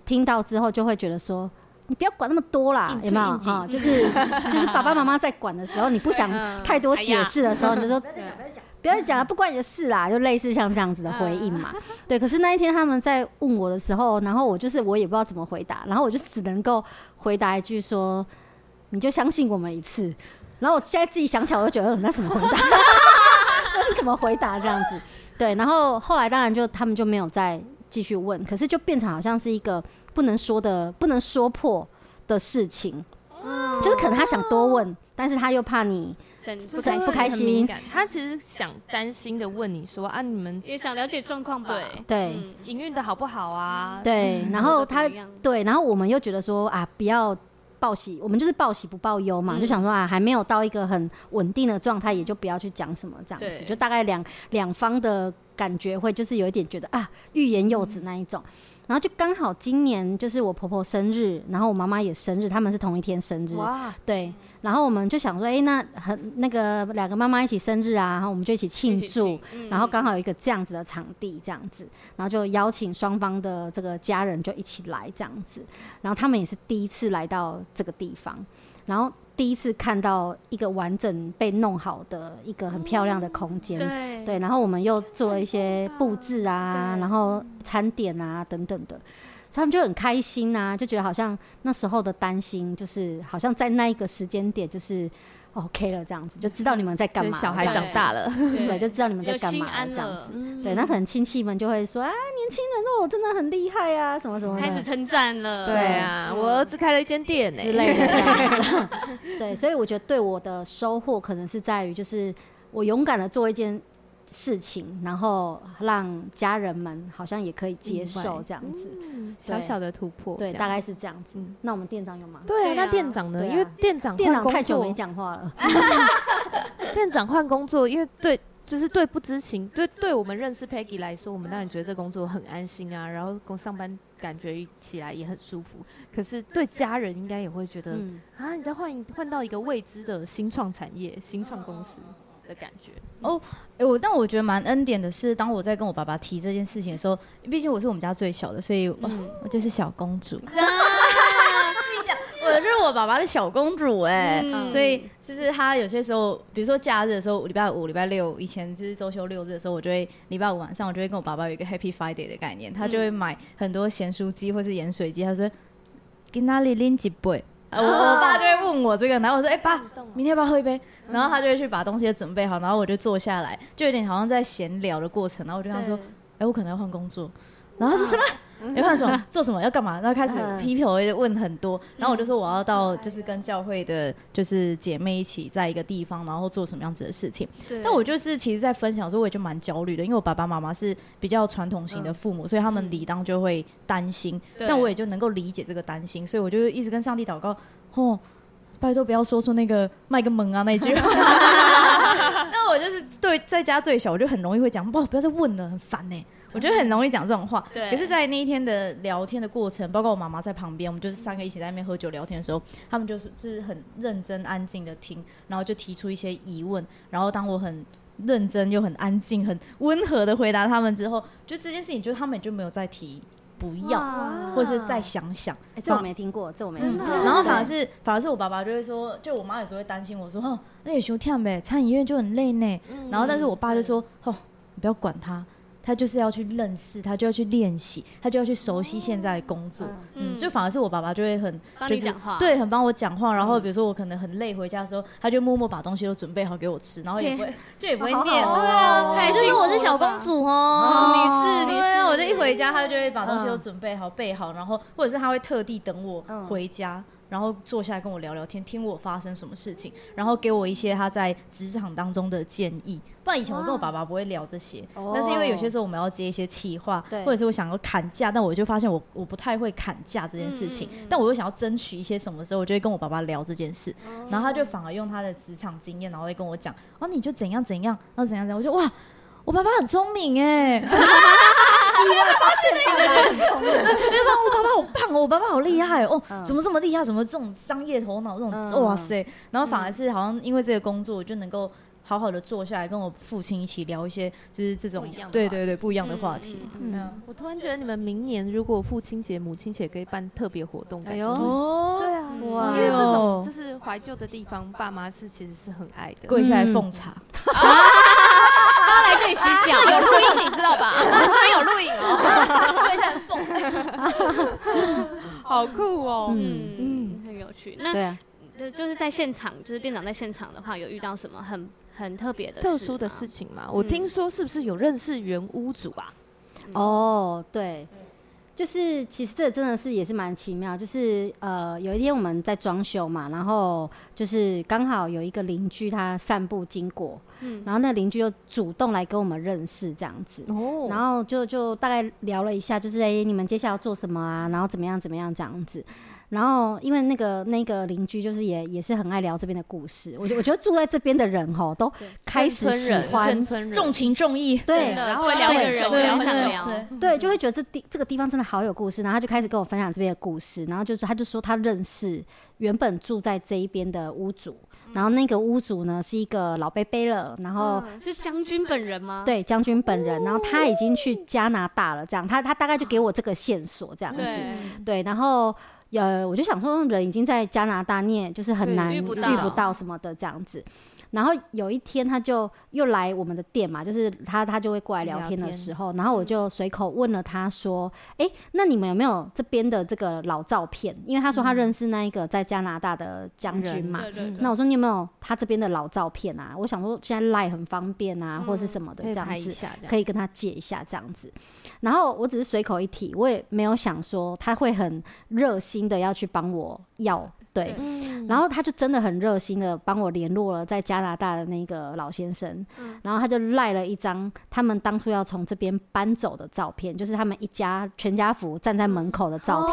Speaker 4: 听到之后就会觉得说。你不要管那么多啦，有没有啊、就是就是爸爸妈妈在管的时候，你不想
Speaker 2: 嗯
Speaker 4: 太多
Speaker 2: 哎
Speaker 4: 解
Speaker 2: 呀
Speaker 4: 释的时候，你就说 (laughs) 不要再讲了，不关你的事啦，就类似像这样子的回应
Speaker 2: 嗯
Speaker 4: 嘛。 (laughs) 对，可是那一天他们在问我的时候，然后我就是我也不知道怎么回答，然后我就只能够回答一句说：“你就相信我们一次。”然后我现在自己想起来，我就觉得、呃、那什么回答， (laughs) 那是什么回答这样子？对，然后后来当然就他们就没有再继续问，可是就变成好像是一个不能说的、不能说破的事情。
Speaker 2: 嗯
Speaker 4: 就是可能他想多问，但是他又怕你
Speaker 2: 甚至
Speaker 4: 不开不开
Speaker 3: 很敏
Speaker 4: 心，
Speaker 3: 感。他其实想担心的问你说啊，你们
Speaker 2: 也想了解状况吧。
Speaker 3: 对
Speaker 4: 对。
Speaker 2: 嗯
Speaker 3: 营运的好不好啊？
Speaker 4: 对，然
Speaker 2: 做
Speaker 4: 后
Speaker 2: 得怎
Speaker 4: 他
Speaker 2: 么样
Speaker 4: 对，然后我们又觉得说啊，不要报喜，我们就是报喜不报忧嘛，就想说啊，还没有到一个很稳定的状态，也就不要去讲什么这样子，
Speaker 2: 对
Speaker 4: 就大概两两方的感觉会就是有一点觉得啊，欲言又止那一种。然后就刚好今年就是我婆婆生日，然后我妈妈也生日，他们是同一天生日，
Speaker 3: 哇，
Speaker 4: 对。然后我们就想说，哎、那很那个两个妈妈一起生日啊，然后我们就一起庆祝。，然后刚
Speaker 2: 好
Speaker 4: 好有一个这样子的场地，这样子，然后就邀请双方的这个家人就一起来这样子，然后他们也是第一次来到这个地方，然后第一次看到一个完整被弄好的一个很漂亮的空间，
Speaker 2: 哦对
Speaker 4: 对，然后我们又做了一些布置啊，
Speaker 2: 对
Speaker 4: 然后餐点啊等等的，所以他们就很开心啊，就觉得好像那时候的担心，就是好像在那一个时间点就是哦 OK 了这样子，就知道你们在干
Speaker 3: 就是
Speaker 4: 嘛，
Speaker 3: 小孩
Speaker 4: 这样
Speaker 3: 长大了，
Speaker 2: 对
Speaker 4: 对，就知道你们在
Speaker 2: 有
Speaker 4: 干
Speaker 2: 心
Speaker 4: 嘛
Speaker 2: 安
Speaker 4: 这样
Speaker 2: 了
Speaker 4: 子。，
Speaker 3: 嗯
Speaker 4: 对，那可能亲戚们就会说啊，年轻人哦，真的很厉害啊，什么什么的
Speaker 2: 开始称赞了。
Speaker 3: 对啊，我儿子开了一间店呢
Speaker 4: 之，类的这样子。 (laughs) 对，所以我觉得对我的收获可能是在于，就是我勇敢的做一件事情，然后让家人们好像也可以接受这样子。
Speaker 3: 小小的突破，
Speaker 4: 对，
Speaker 3: 嗯这样
Speaker 4: 大概是这样子
Speaker 3: 嗯。
Speaker 4: 那我们店长有吗？
Speaker 3: 对啊，
Speaker 2: 对
Speaker 3: 那
Speaker 2: 啊
Speaker 3: 店长呢？
Speaker 4: 对啊
Speaker 3: 因为店长换
Speaker 4: 店长
Speaker 3: 工
Speaker 4: 太久
Speaker 3: 作
Speaker 4: 没讲话了。
Speaker 3: 店长换工作，因为对，就是对不知情，对对我们认识 Peggy 来说，我们当然觉得这工作很安心啊，然后工上班感觉起来也很舒服。可是对家人应该也会觉得、
Speaker 4: 嗯，
Speaker 3: 啊，你再换一换到一个未知的新创产业、新创公司的感觉，
Speaker 4: 哦
Speaker 5: 哎、我但我觉得蛮恩典的是，当我在跟我爸爸提这件事情的时候，毕竟我是我们家最小的，所以
Speaker 2: 嗯
Speaker 4: 嗯
Speaker 5: 我,、哦我就是小公主。 (laughs) 我就是我爸爸的小公主哎、
Speaker 2: 嗯
Speaker 5: 所以就是他有些时候，比如说假日的时候，礼拜五、礼拜六，以前就是周休六日的时候，我就会礼拜五晚上，我就会跟我爸爸有一个 Happy Friday 的概念，他就会买很多咸酥鸡或是盐水鸡，他说给哪里拎几杯。呃我我爸就会问我这个，然后我说：“哎、爸，明天要不要喝一杯？”然后他就会去把东西都准备好，然后我就坐下来，就有点好像在闲聊的过程。然后我就跟他说：“哎、我可能要换工作。”然后他说什么？哎要换什么？做什么？要干嘛？然后开始
Speaker 4: 嗯
Speaker 5: 批评我，问很多。然后我就说我要到，就是跟教会的，就是姐妹一起在一个地方，然后做什么样子的事情。
Speaker 2: 对
Speaker 5: 但我就是其实，在分享的时候，我也就蛮焦虑的，因为我爸爸妈妈是比较传统型的父母，所以他们理当就会担心。
Speaker 2: 对
Speaker 5: 但我也就能够理解这个担心，所以我就一直跟上帝祷告，哦，拜托不要说出那个卖个萌啊
Speaker 2: (laughs)
Speaker 5: 那句话。那我就是对在家最小，我就很容易会讲，不不要再问了，很烦呢、我觉得很容易讲这种话，
Speaker 2: 对
Speaker 5: 可是，在那一天的聊天的过程，包括我妈妈在旁边，我们就是三个一起在那边喝酒聊天的时候，他们就是是很认真安静的听，然后就提出一些疑问，然后当我很认真又很安静、很温和的回答他们之后，就这件事情，就他们就没有再提不要，
Speaker 3: 啊
Speaker 4: 哇
Speaker 5: 或是再想想。
Speaker 4: 哎这我没听过，这我没
Speaker 1: 真
Speaker 4: 听过。
Speaker 1: 的
Speaker 5: 嗯然后反而是反而是我爸爸就会说，就我妈有时候会担心我说，哦，那也休跳呗，餐饮业就很累呢。
Speaker 3: 嗯
Speaker 4: 嗯
Speaker 5: 然后但是我爸就说，哦，你不要管他，他就是要去认识，他就要去练习，他就要去熟悉现在的工作。
Speaker 4: 哦
Speaker 5: 嗯，就反而是我爸爸就会很
Speaker 2: 帮
Speaker 5: 就
Speaker 2: 你
Speaker 5: 是
Speaker 2: 讲话，，
Speaker 5: 对，很帮我讲话。然后
Speaker 4: 嗯
Speaker 5: 比如说我可能很累回家的时候，他就默默把东西都准备好给我吃，然后也不会就也
Speaker 4: (laughs)
Speaker 5: 不会念，
Speaker 4: 哦
Speaker 2: 哦
Speaker 5: 对啊，
Speaker 1: 太
Speaker 5: 就是
Speaker 1: 幸
Speaker 5: 我
Speaker 1: 福
Speaker 5: 是
Speaker 1: 了
Speaker 5: 小
Speaker 1: 吧
Speaker 5: 公主哦，
Speaker 2: 你是嗯你
Speaker 5: 对
Speaker 2: 是
Speaker 5: 啊，我就一回家，他就会把东西都准备好、备好，然后或者是他会特地等我
Speaker 2: 嗯
Speaker 5: 回家，然后坐下来跟我聊聊天，听我发生什么事情，然后给我一些他在职场当中的建议。不然以前我跟我爸爸不会聊这些，
Speaker 4: 哦
Speaker 5: 但是因为有些时候我们要接一些企划，
Speaker 4: 对
Speaker 5: 或者是我想要砍价，但我就发现我我不太会砍价这件事情，
Speaker 2: 嗯
Speaker 5: 但我又想要争取一些什么的时候，我就会跟我爸爸聊这件事，然后他就反而用他的职场经验，然后会跟我讲，哦，你就怎样怎样，然后怎样怎样，我就哇。我爸爸很聪明哎，我爸爸好棒哦，我爸爸好厉害哦，
Speaker 4: 嗯
Speaker 5: 怎么这么厉害？怎么这种商业头脑这种、
Speaker 4: 嗯
Speaker 5: 哇塞？然后反而是好像因为这个工作，我就能够好好的坐下来跟我父亲一起聊一些就是这种
Speaker 1: 不一样的
Speaker 5: 对
Speaker 1: 话
Speaker 5: 对对不一样的话题。
Speaker 4: 嗯
Speaker 5: 嗯，
Speaker 3: 我突然觉得你们明年如果父亲节、母亲节可以办特别活动，感
Speaker 4: 哎
Speaker 3: 觉
Speaker 4: 呦，
Speaker 5: 哦，
Speaker 3: 对啊，
Speaker 4: 哇
Speaker 3: 因为这种
Speaker 5: 哎呦
Speaker 3: 就是怀旧的地方，爸妈是其实是很爱的。
Speaker 5: 跪下来奉茶，
Speaker 2: 他来这里洗
Speaker 5: (laughs)
Speaker 2: 脚，
Speaker 1: 有录音，你知道吧？他有录影哦。
Speaker 5: 跪下来奉茶。
Speaker 3: 好酷哦！
Speaker 2: 嗯，很有趣。那
Speaker 4: 对啊，
Speaker 2: 就就是在现场，就是店长在现场的话，有遇到什么很很特别的
Speaker 3: 特殊的
Speaker 2: 吗
Speaker 3: 事？情嘛，我听说是不是有认识原屋主啊？
Speaker 2: 嗯
Speaker 4: 哦，对，就是其实这真的是也是蛮奇妙，就是呃，有一天我们在装修嘛，然后就是刚好有一个邻居他散步经过，
Speaker 2: 嗯
Speaker 4: 然后那邻居就主动来跟我们认识这样子，
Speaker 3: 哦
Speaker 4: 然
Speaker 3: 后
Speaker 4: 后就就大概聊了一下，就是哎、你们接下来要做什么啊？然后怎么样怎么样这样子。然后因为那个那个邻居就是也也是很爱聊这边的故事，我觉我觉得住在这边的人吼都开始喜欢
Speaker 3: 眷。村人
Speaker 5: 重情重义，
Speaker 2: 真
Speaker 4: 对
Speaker 2: 的
Speaker 1: 然后
Speaker 2: 会聊的
Speaker 1: 对
Speaker 2: 人，哦
Speaker 1: 对
Speaker 2: 聊
Speaker 1: 对
Speaker 2: 想
Speaker 1: 对
Speaker 2: 聊，
Speaker 5: 对，
Speaker 4: 对，就会觉得这地这个地方真的好有故事，然后他就开始跟我分享这边的故事，然后就是他就说他认识原本住在这一边的屋主，然后那个屋主呢是一个老伯伯了，然后
Speaker 2: 嗯是湘军本人吗？
Speaker 4: 对将军本人，然后他已经去加拿大了，这样他他大概就给我这个线索这样子，
Speaker 2: 对，
Speaker 4: 对，然后呃，我就想说，人已经在加拿大，你也就是很
Speaker 3: 对
Speaker 4: 难
Speaker 2: 遇
Speaker 4: 遇
Speaker 2: 不到
Speaker 4: 到什么的这样子。然后有一天，他就又来我们的店嘛，就是他他就会过来聊
Speaker 3: 聊
Speaker 4: 天的
Speaker 3: 天嗯
Speaker 4: 时候，然后我就随口问了他说：“哎、那你们有没有这边的这个老照片？”因为他说他认识那一个在加拿大的将军
Speaker 3: 嗯人
Speaker 4: 嘛。
Speaker 2: 对对对。
Speaker 4: 那我说你有没有他这边的老照片啊？我想说现在赖很方便啊，或是什么的
Speaker 3: 可以
Speaker 4: 这样
Speaker 3: 拍一
Speaker 4: 子。
Speaker 3: 下这样
Speaker 4: 可以跟他借一下这样子。然后我只是随口一提，我也没有想说他会很热心的要去帮我要对。
Speaker 3: 嗯
Speaker 4: 然后他就真的很热心的帮我联络了在加拿大的那个老先生，
Speaker 3: 嗯
Speaker 4: 然后他就赖了一张他们当初要从这边搬走的照片，就是他们一家全家福站在门口的照片，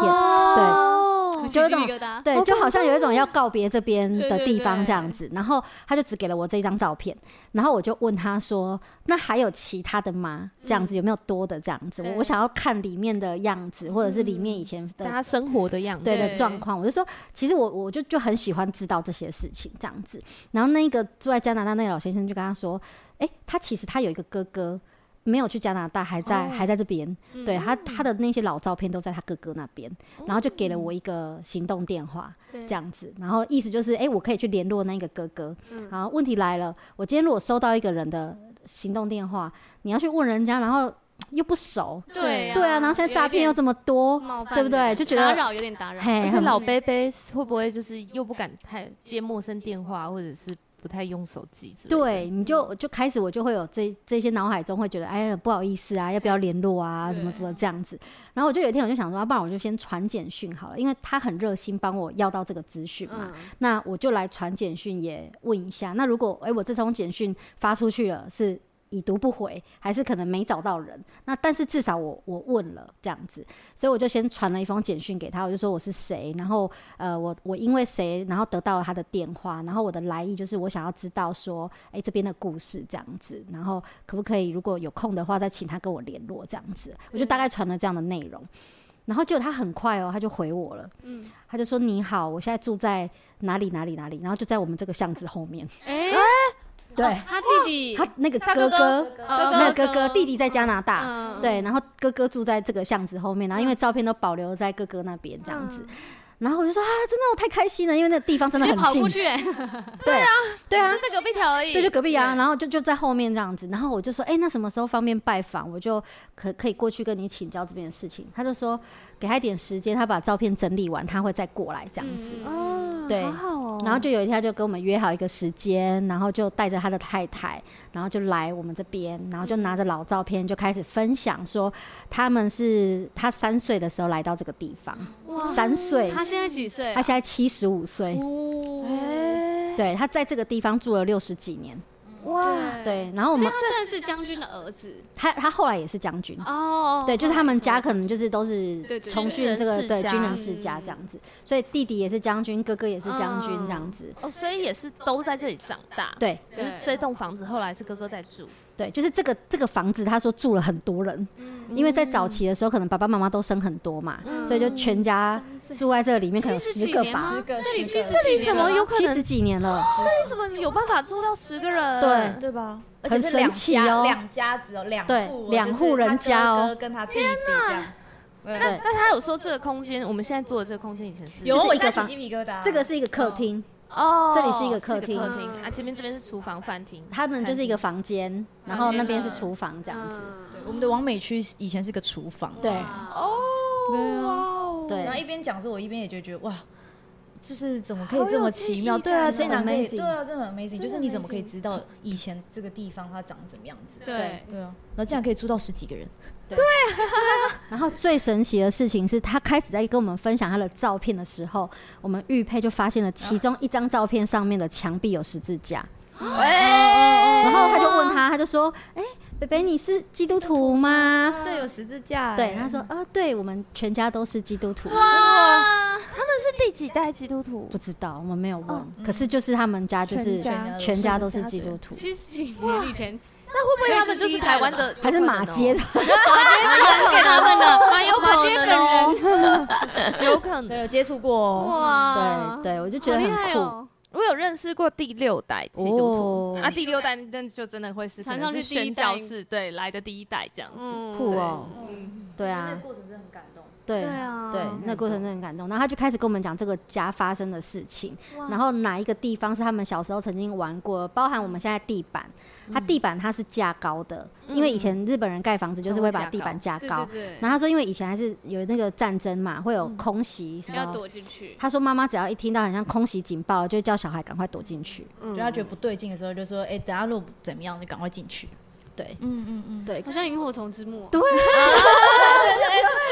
Speaker 2: 哦
Speaker 4: 对，就
Speaker 2: 鸡
Speaker 4: 有一
Speaker 2: 皮
Speaker 4: 种
Speaker 2: 疙瘩，
Speaker 4: 对，就好像有一种要告别这边
Speaker 2: 对
Speaker 4: 的
Speaker 2: 对
Speaker 4: 地方这样
Speaker 2: 对
Speaker 4: 子。然后他就只给了我这一张照片，然后我就问他说：“那还有其他的吗？这样子有没有多的这样子？我我
Speaker 2: 对
Speaker 4: 想要看里面的样子，或者是里面以前
Speaker 3: 大
Speaker 4: 的。”
Speaker 3: 家生活的样子，
Speaker 4: 对的
Speaker 2: 对
Speaker 4: 状况，我就说，其实我我就就很喜欢知道这些事情这样子。然后那个住在加拿大那个老先生就跟他说，诶，他其实他有一个哥哥，没有去加拿大，还在、还在这边。
Speaker 2: 嗯
Speaker 4: 对他他的那些老照片都在他哥哥那边，然后就给了我一个行动电话，这样子，然后意思就是，哎、我可以去联络那个哥哥。然后问题来了，我今天如果收到一个人的行动电话，你要去问人家，然后又不熟，
Speaker 2: 对
Speaker 4: 对啊，然后现在诈骗又这么多，
Speaker 2: 冒犯
Speaker 4: 对不
Speaker 2: 的
Speaker 4: 对
Speaker 2: 感
Speaker 4: 就
Speaker 2: 觉
Speaker 4: 觉
Speaker 2: 打
Speaker 4: 得
Speaker 2: 扰有点打扰，
Speaker 4: 嘿，
Speaker 3: 而且
Speaker 4: 很
Speaker 3: 老贝贝会不会就是又不敢太接陌生电话，或者是不太用手机之类的？
Speaker 4: 对，你就就开始我就会有这这些脑海中会觉得，哎呀，不好意思啊，要不要联络啊，什么什么这样子。然后我就有一天我就想说，啊不然我就先传简讯好了，因为他很热心帮我要到这个资讯嘛，
Speaker 2: 嗯，
Speaker 4: 那我就来传简讯也问一下。那如果哎、我这通简讯发出去了是。已读不回，还是可能没找到人。那但是至少我我问了这样子，所以我就先传了一封简讯给他，我就说我是谁，然后呃，我我因为谁，然后得到了他的电话，然后我的来意就是我想要知道说，哎，这边的故事这样子，然后可不可以如果有空的话，再请他跟我联络这样子，我就大概传了这样的内容，然后结果他很快哦，他就回我了，
Speaker 2: 嗯
Speaker 4: 他就说你好，我现在住在哪里哪里哪里，然后就在我们这个巷子后面，
Speaker 2: 哎，
Speaker 4: 对，
Speaker 2: 他弟弟，
Speaker 4: 哦他那个
Speaker 1: 他
Speaker 4: 哥
Speaker 1: 哥
Speaker 2: 呃
Speaker 4: 没有哥哥，弟，弟在加拿大。
Speaker 2: 嗯，
Speaker 4: 对，然后哥哥住在这个巷子后面，然后因为照片都保留在哥哥那边这样子，然后我就说啊，真的我太开心了，因为那个地方
Speaker 2: 嗯，
Speaker 4: 真的
Speaker 2: 你
Speaker 4: 很
Speaker 2: 跑
Speaker 4: 近
Speaker 2: 过，去，哎
Speaker 4: 对啊，对啊
Speaker 1: 就，在隔壁条而已。
Speaker 4: 对，就隔壁啊，然后就就在后面这样子，然后我就说，哎、那什么时候方便拜访？我就可可以过去跟你请教这边的事情。他就说，给他一点时间，他把照片整理完，他会再过来
Speaker 2: 嗯
Speaker 4: 这样子。
Speaker 1: 哦
Speaker 4: 对
Speaker 1: 好好哦
Speaker 4: 然后就有一天，他就跟我们约好一个时间，然后就带着他的太太，然后就来我们这边，然后就拿着老照片就开始分享说，他们是他三岁的时候来到这个地方，
Speaker 2: 哇
Speaker 4: 三岁，
Speaker 2: 哦他现在几岁
Speaker 4: 他
Speaker 2: 啊？
Speaker 4: 现在七十五岁，
Speaker 2: 哦，
Speaker 4: 对他在这个地方住了六十几年，
Speaker 1: 哇，
Speaker 4: 对，然后我
Speaker 2: 所以
Speaker 4: 们
Speaker 2: 他算是将军的儿子
Speaker 4: 他他后来也是将军，
Speaker 2: 哦。
Speaker 4: 对，就是他们家可能就是都
Speaker 2: 对
Speaker 4: 是
Speaker 2: 对
Speaker 4: 从
Speaker 2: 军
Speaker 4: 训
Speaker 5: 人
Speaker 4: 这个
Speaker 5: 世
Speaker 4: 对
Speaker 5: 家
Speaker 4: 军人世家这样子，所以弟弟也是将军，哥哥也是将军
Speaker 2: 嗯
Speaker 4: 这样子，
Speaker 1: 哦，所以也是都在这里长大。
Speaker 4: 对
Speaker 1: 只是这栋房子后来是哥哥在住，
Speaker 4: 对，就是这个这个房子，他说住了很多人，因为在早期的时候，可能爸爸妈妈都生很多嘛，所以就全家住在这里面可能有
Speaker 2: 70
Speaker 4: 十个
Speaker 2: 年
Speaker 4: 吧，
Speaker 2: 吗
Speaker 5: 十个，
Speaker 2: 这里
Speaker 5: 十
Speaker 2: 其
Speaker 5: 个
Speaker 2: 实
Speaker 1: 这里怎么有可
Speaker 4: 七
Speaker 1: 能
Speaker 4: 十几年了，
Speaker 1: 为什么有办法住到十个人？
Speaker 4: 对
Speaker 5: 对吧？而且
Speaker 4: 很
Speaker 5: 是两
Speaker 4: 神奇
Speaker 5: 家
Speaker 4: 哦
Speaker 5: 两家子哦，两户
Speaker 4: 对
Speaker 5: 哦
Speaker 4: 两户人家哦
Speaker 5: 就是他哥哥跟他弟弟这样。对，
Speaker 4: 对，
Speaker 1: 那他有说这个空间，我们现在坐的这个空间以前是
Speaker 5: 有啊
Speaker 4: 就是
Speaker 5: 我
Speaker 4: 一个
Speaker 5: 现在
Speaker 4: 房
Speaker 5: 起鸡皮疙瘩。
Speaker 4: 这个是一个客厅，
Speaker 1: 哦，
Speaker 4: 这里是一个客厅
Speaker 1: 是个客厅
Speaker 2: 嗯
Speaker 1: 啊，前面这边是厨房、饭厅，
Speaker 4: 他们就是一个房间，然后那边是
Speaker 5: 嗯
Speaker 4: 厨房这样子，
Speaker 5: 对我们的王美区以前是个厨房，
Speaker 4: 对
Speaker 2: 嗯哦，
Speaker 1: 哦，
Speaker 4: 啊对
Speaker 5: 然后一边讲说，我一边也就觉得哇，就是怎么可以这么奇妙？对啊，
Speaker 4: 就是
Speaker 5: 这哪可以？
Speaker 4: amazing
Speaker 5: 对啊，真的很 amazing，就是你怎么可以知道以前这个地方它长什么样子？
Speaker 2: 对，
Speaker 5: 对啊，然后竟然可以住到十几个人，
Speaker 4: 然后最神奇的事情是他开始在跟我们分享他的照片的时候，我们玉佩就发现了其中一张照片上面的墙壁有十字架，然后他就问他，他就说：“哎、北北你是基督徒吗？”
Speaker 5: 这有十字架欸
Speaker 4: 对，他说：“呃，对我们全家都是基督徒。”
Speaker 1: 是第几代基督徒
Speaker 4: 不？知道，我们没有问，可是就是他们家就是
Speaker 5: 全家
Speaker 4: 全家都是基督徒，
Speaker 2: 七十几年以前，
Speaker 1: 那会不会他们就是台湾的？
Speaker 4: 还是马街的？
Speaker 2: 给他们
Speaker 1: 哦
Speaker 2: 的，蛮有马
Speaker 5: 可
Speaker 2: 街本
Speaker 5: 能
Speaker 2: 人
Speaker 4: 哦
Speaker 1: (laughs) 有哦可
Speaker 5: 对，
Speaker 1: 能。
Speaker 5: 有接触过哦。
Speaker 2: 哇，
Speaker 4: (laughs) 对对，我就觉得
Speaker 2: 好厉
Speaker 4: 很
Speaker 2: 害
Speaker 4: 酷。
Speaker 2: 哦
Speaker 1: 我有认识过第六代基督徒
Speaker 4: 哦
Speaker 1: 啊，第六代那就真的会是可
Speaker 2: 传
Speaker 1: 能
Speaker 2: 上去
Speaker 1: 是
Speaker 2: 第一
Speaker 1: 宣
Speaker 2: 代
Speaker 1: 教士对来的第一代这样子。
Speaker 2: 嗯
Speaker 4: 酷哦，对
Speaker 5: 那
Speaker 4: 啊
Speaker 5: 个，过程真的很感动。
Speaker 4: 对
Speaker 2: 对啊，
Speaker 4: 对，那过程真的很感动。然后他就开始跟我们讲这个家发生的事情，
Speaker 2: 哇
Speaker 4: 然后哪一个地方是他们小时候曾经玩过，包含我们现在地板，它地板它是架高的，因为以前日本人盖房子就是会把地板架
Speaker 2: 对
Speaker 4: 高。
Speaker 2: 对对，
Speaker 4: 然后他说，因为以前还是有那个战争嘛，会有空袭什
Speaker 2: 要
Speaker 4: 么。
Speaker 2: 躲进去，
Speaker 4: 他说妈妈只要一听到很像空袭警报了，就叫小孩赶快躲进去。 (laughs)
Speaker 5: 就他觉得不对劲的时候，就说：“哎，等下如果怎么样，就赶快进去。
Speaker 4: 对”，
Speaker 5: 嗯嗯嗯，
Speaker 4: 对
Speaker 2: 好，像萤火虫之墓，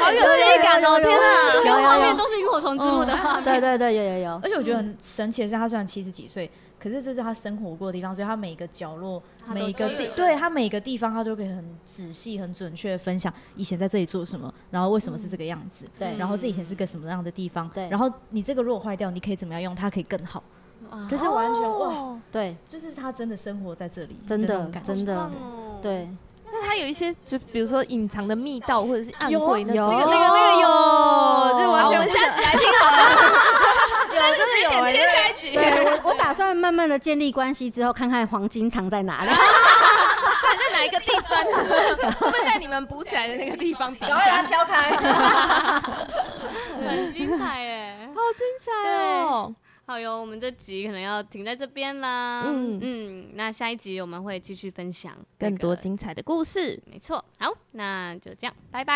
Speaker 1: 好有记忆感哦！天哪，
Speaker 4: 有有
Speaker 2: 画面
Speaker 4: 有，
Speaker 2: 都是萤火虫之墓的画面，
Speaker 4: 啊对哎对对，有有有。
Speaker 5: 而且我觉得很神奇的是，他虽然七十几岁，可是这是他生活过的地方，所以他每个角落、
Speaker 2: 他都
Speaker 5: 每个
Speaker 2: 记
Speaker 5: 地，
Speaker 2: 得
Speaker 5: 对他每个地方，他都可以很仔细、很准确的分享以前在这里做什么，然后为什么是这个样子，
Speaker 4: 对
Speaker 5: 然后这以前是个什么样的地方，
Speaker 4: 嗯对
Speaker 5: 然后你这个如果坏掉，你可以怎么样用，它可以更好，就是完全、哇，
Speaker 4: 对，
Speaker 5: 就是他真的生活在这里，
Speaker 4: 真
Speaker 5: 的那
Speaker 4: 的
Speaker 5: 种感觉
Speaker 4: 真的，
Speaker 2: 哦，
Speaker 4: 对，
Speaker 1: 那它有一些，就比如说隐藏的密道或者是暗柜那
Speaker 4: 有哦
Speaker 1: 种，哦
Speaker 4: 那个
Speaker 1: 那个有，
Speaker 5: 哦这
Speaker 1: 这
Speaker 5: 完
Speaker 1: 完
Speaker 5: 全
Speaker 1: 全下
Speaker 5: 不
Speaker 1: 集来听好 (laughs) 了，这个是有点切下一集，
Speaker 4: 欸对我我打算慢慢的建立关系之后，看看黄金藏在哪里。
Speaker 1: 看在哪一个地砖， (laughs) 啊会不会在你们补起来的那个地方底
Speaker 5: 赶快把
Speaker 1: 下
Speaker 5: 它？敲开。
Speaker 2: 很精彩哎。
Speaker 1: 好精彩哦！
Speaker 2: 好哟，我们这集可能要停在这边啦。嗯
Speaker 1: 嗯
Speaker 2: 嗯，那下一集我们会继续分享、
Speaker 1: 更多，精彩的故事。
Speaker 2: 没错。好，那就这样，拜拜。